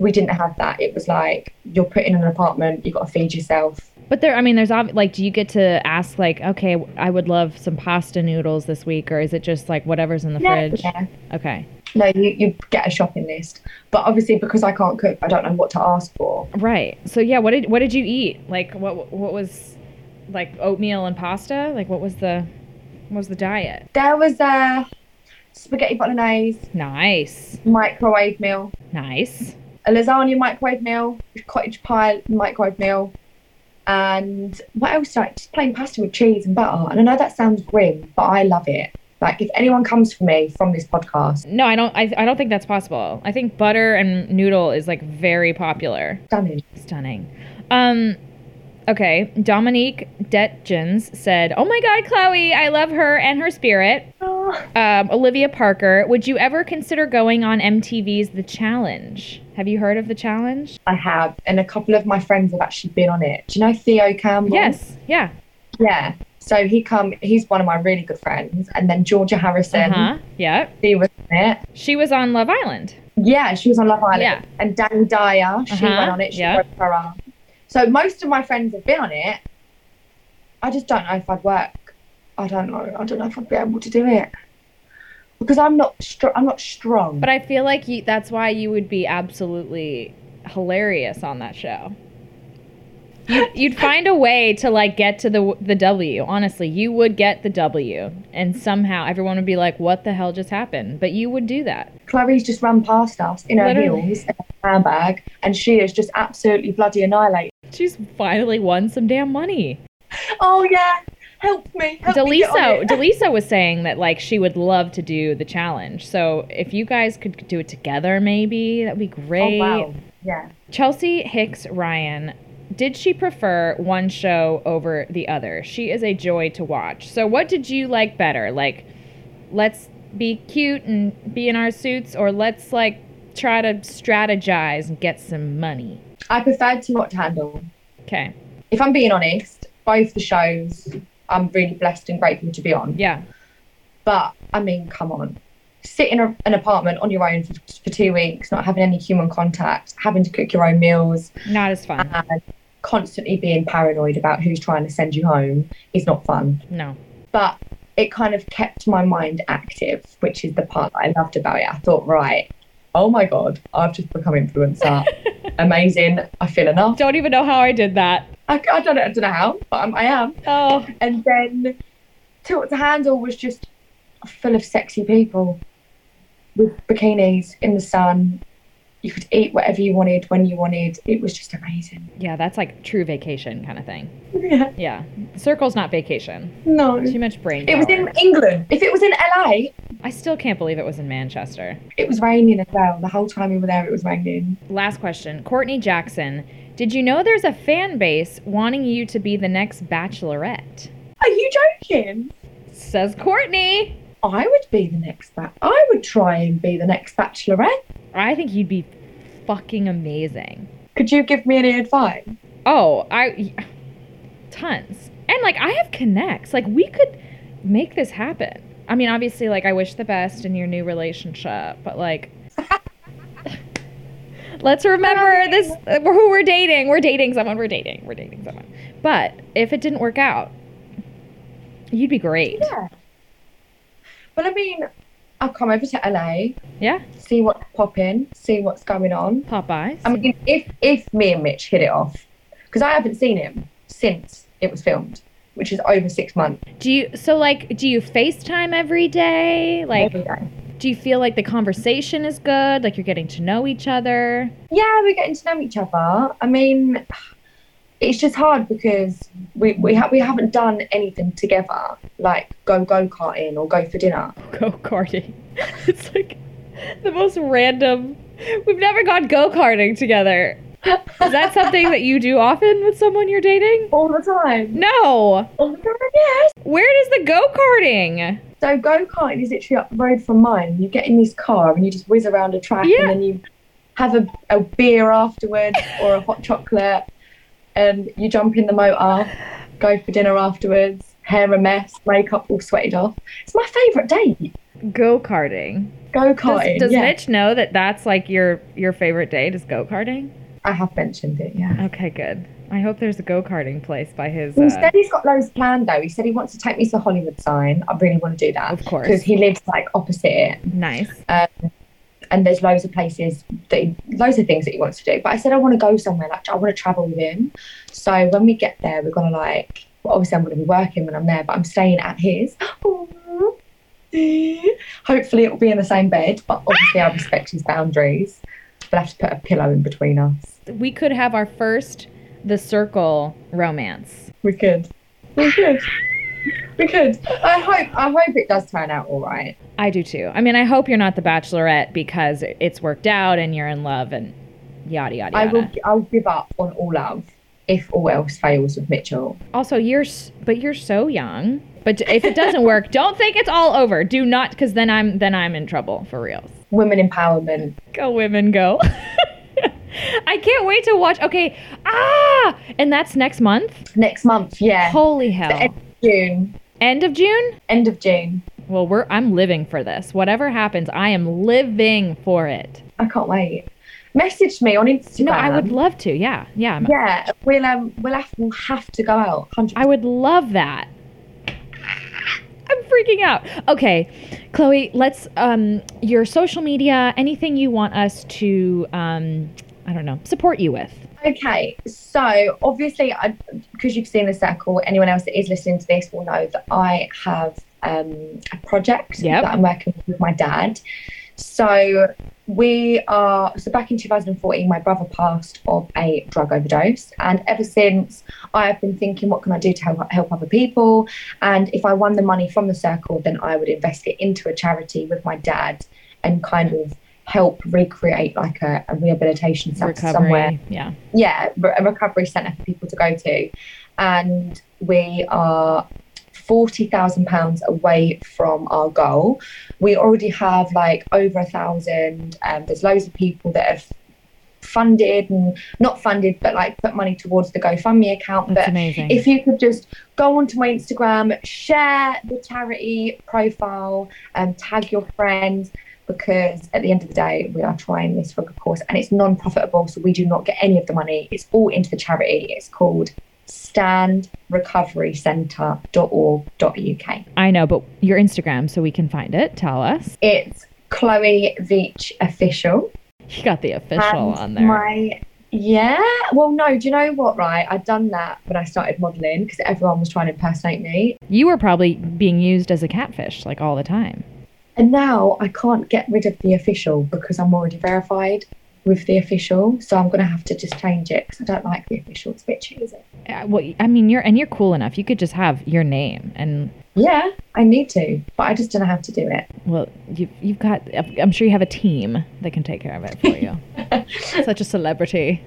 We didn't have that. It was like, you're put in an apartment, you've got to feed yourself.
But there, I mean, there's ob- like, do you get to ask like, okay, I would love some pasta noodles this week, or is it just like whatever's in the fridge?
Yeah.
Okay,
No, you, you get a shopping list. But obviously, because I can't cook, I don't know what to ask for.
right. So yeah, what did what did you eat? Like, what what was like oatmeal and pasta? Like, what was the what was the diet?
There was a spaghetti bolognese,
Nice,
microwave meal,
nice.
a lasagna microwave meal, cottage pie microwave meal, and what else? Like just plain pasta with cheese and butter. And I know that sounds grim, but I love it. Like if anyone comes for me from this podcast,
No, I don't. I, I don't think that's possible. I think butter and noodle is like very popular.
stunning.
Stunning. Um, okay. Dominique Detjens said, "Oh my God, Chloe, I love her and her spirit."
Oh,
um, Olivia Parker, would you ever consider going on MTV's The Challenge? Have you heard of The Challenge?
I have, and a couple of my friends have actually been on it. Do you know Theo Campbell?
Yes. Yeah.
Yeah. So he come. He's one of my really good friends, and then Georgia Harrison.
Uh huh. Yeah.
She was on it.
She was on Love Island.
Yeah, she was on Love Island.
Yeah.
And Danny Dyer, she
Uh-huh,
went on it. She
yeah.
broke her arm. So most of my friends have been on it. I just don't know if I'd work. I don't know. I don't know if I'd be able to do it because I'm not. Str- I'm not strong.
But I feel like you, that's why you would be absolutely hilarious on that show. You'd, you'd find a way to like get to the the W. Honestly, you would get the W, and somehow everyone would be like, "What the hell just happened?" But you would do that.
Chloe's just run past us in her
Literally.
heels and her handbag, and she is just absolutely bloody annihilated.
She's finally won some damn money.
Oh yeah, help me. Help me get on
Deliso,
it.
Deliso was saying that like she would love to do the challenge. So if you guys could do it together, maybe that'd be
Oh
great.
wow. Yeah.
Chelsea Hicks Ryan, did she prefer one show over the other? She is a joy to watch. So what did you like better? Like, let's be cute and be in our suits, or let's like try to strategize and get some money.
I preferred to not handle.
Okay.
If I'm being honest, both the shows I'm really blessed and grateful to be on.
Yeah.
But I mean, come on, sit in a, an apartment on your own for, for two weeks, not having any human contact, having to cook your own meals,
Not as fun.
and constantly being paranoid about who's trying to send you home is not fun.
No.
But it kind of kept my mind active, which is the part that I loved about it. I thought, right, oh my god, I've just become influencer. Amazing. I feel enough.
Don't even know how I did that.
I, I don't know, I don't know how, but I'm, I am.
Oh.
and then Tilt to Handle was just full of sexy people with bikinis in the sun. You could eat whatever you wanted when you wanted. It was just amazing.
Yeah, that's like true vacation kind of thing.
Yeah.
Yeah. Circle's not vacation.
No.
Too much brain.
It was
power.
in England. If it was in LA,
I still can't believe it was in Manchester.
it was raining as well. The whole time we were there, it was raining.
Last question. Courtney Jackson, did you know there's a fan base wanting you to be the next bachelorette?
Are you joking?
Says Courtney.
I would be the next bat. I would try and be the next bachelorette.
I think you'd be fucking amazing.
Could you give me any advice?
Oh, I tons. And like I have connects. Like we could make this happen. I mean, obviously like I wish the best in your new relationship, but like let's remember this uh, who we're dating. We're dating someone. We're dating. We're dating someone. But if it didn't work out, you'd be great.
But I mean, I'll come over to LA,
Yeah.
see what's popping, see what's going on.
Popeyes.
I mean, if if me and Mitch hit it off, because I haven't seen him since it was filmed, which is over six months.
do you so like do you FaceTime every day? Like
every day.
do you feel like the conversation is good? Like you're getting to know each other?
yeah, we're getting to know each other. I mean, it's just hard because we we ha- we haven't done anything together, like go go karting or go for dinner.
go karting. It's like the most random. We've never gone go karting together. Is that something that you do often with someone you're dating?
All the time.
No.
All the time. Yes.
Where does the go karting?
So go karting is literally up the road from mine. You get in this car and you just whiz around a track,
Yeah.
and then you have a, a beer afterwards or a hot chocolate, and you jump in the motor, go for dinner afterwards. Hair a mess, makeup all sweated off. It's my favourite date.
Go karting.
Go
Does,
karting.
does
yeah.
Mitch know that that's like your your favorite day is go karting?
I have mentioned it. Yeah.
Okay, good. I hope there's a go karting place by his.
He
Uh,
said he's got loads planned though. He said he wants to take me to the Hollywood sign. I really want to do that.
Of course.
Because he lives like opposite it
nice.
and there's loads of places that he, loads of things that he wants to do. But I said I want to go somewhere, like I want to travel with him. So when we get there, we're gonna like well, obviously I'm gonna be working when I'm there, but I'm staying at his. Hopefully it will be in the same bed, but obviously I respect his boundaries. We'll have to put a pillow in between us.
We could have our first the circle romance.
We could. We could. We could. I hope I hope it does turn out all right.
I do too. I mean, I hope you're not the bachelorette because it's worked out and you're in love and yada yada.
I will
yada.
I'll give up on all love if all else fails with Mitchell.
Also, you're s- but you're so young. But if it doesn't work, don't think it's all over. Do not, because then I'm then I'm in trouble for real.
Women empowerment.
Go women, go. I can't wait to watch. Okay, ah, and that's next month.
Next month, yeah.
Holy
The
hell!
end of June.
End of June.
End of June.
Well, we're I'm living for this. Whatever happens, I am living for it.
I can't wait. Message me on Instagram.
No, I would love to. Yeah, yeah. I'm-
Yeah, we'll um, we'll have, we'll have to go out. 100
I would love that. I'm freaking out. Okay, Chloe, let's um your social media, anything you want us to um I don't know, support you with.
Okay, so obviously, because you've seen the circle, anyone else that is listening to this will know that I have um, a project
Yep.
that I'm working with my dad. So we are. So back in 2014, my brother passed of a drug overdose, and ever since, I have been thinking, what can I do to help, help other people? And if I won the money from the circle, then I would invest it into a charity with my dad, and kind of help recreate like a, a rehabilitation center somewhere
Recovery. Yeah.
yeah, re- a recovery centre for people to go to. And we are £40,000 away from our goal. We already have like over a thousand. Um, there's loads of people that have funded and not funded, but like put money towards the GoFundMe account.
That's
but
amazing.
if you could just go onto my Instagram, share the charity profile, and tag your friends because at the end of the day, we are trying this for a good cause and it's non profitable, so we do not get any of the money. It's all into the charity. It's called standrecoverycentre.org.uk.
I know, but your Instagram so we can find it. Tell us.
It's Chloe Veach Official.
You got the official
And
on there.
My yeah. Well, no. Do you know what? Right, I'd done that when I started modelling because everyone was trying to impersonate me,
you were probably being used as a catfish like all the time.
And now I can't get rid of the official because I'm already verified with the official. So I'm going to have to just change it because I don't like the official. It's a bit cheesy.
Uh, well, I mean, you're and you're cool enough. You could just have your name and
Yeah, I need to, but I just don't know how to do it.
Well, you've, you've got, I'm sure you have a team that can take care of it for you. Such a celebrity.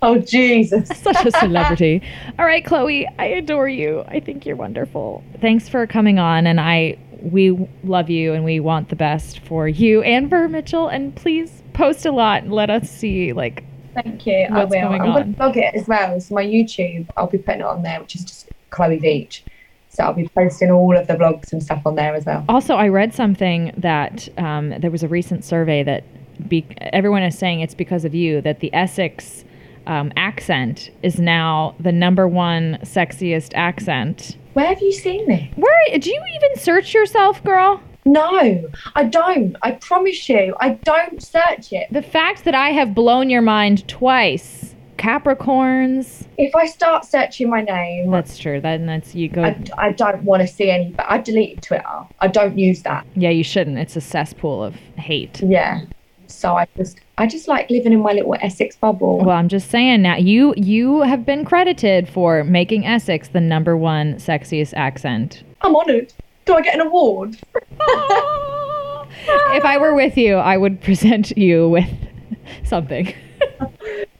Oh, Jesus.
Such a celebrity. All right, Chloe, I adore you. I think you're wonderful. Thanks for coming on. And I, we love you and we want the best for you and for Mitchell. And please post a lot and let us see, like,
Thank you. I
What's
will.
going
I'm
on?
going to blog it as well. So my YouTube, I'll be putting it on there, which is just Chloe Veach. So I'll be posting all of the vlogs and stuff on there as well.
Also, I read something that um, there was a recent survey that be- everyone is saying it's because of you that the Essex um, accent is now the number one sexiest accent.
Where have you seen this?
Where do you even search yourself, girl?
No, I don't. I promise you, I don't search it.
The fact that I have blown your mind twice, Capricorns.
If I start searching my name,
That's true. Then that's you go.
I, I don't want to see any, but I deleted Twitter. I don't use that.
yeah, you shouldn't. It's a cesspool of hate.
Yeah. So I just, I just like living in my little Essex bubble.
Well, I'm just saying now you you have been credited for making Essex the number one sexiest accent.
I'm honoured. Do I get an award?
If I were with you, I would present you with something.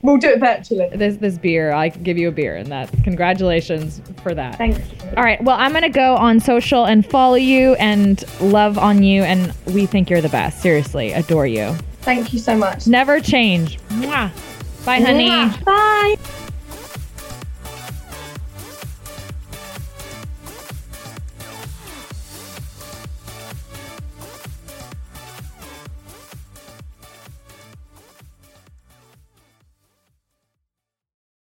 We'll do it virtually.
This this beer, I could give you a beer and that. Congratulations for that.
Thank you.
All right, well, I'm going to go on social and follow you and love on you and we think you're the best. Seriously, adore you.
Thank you so much.
Never change. Mwah. Bye, honey.
Bye.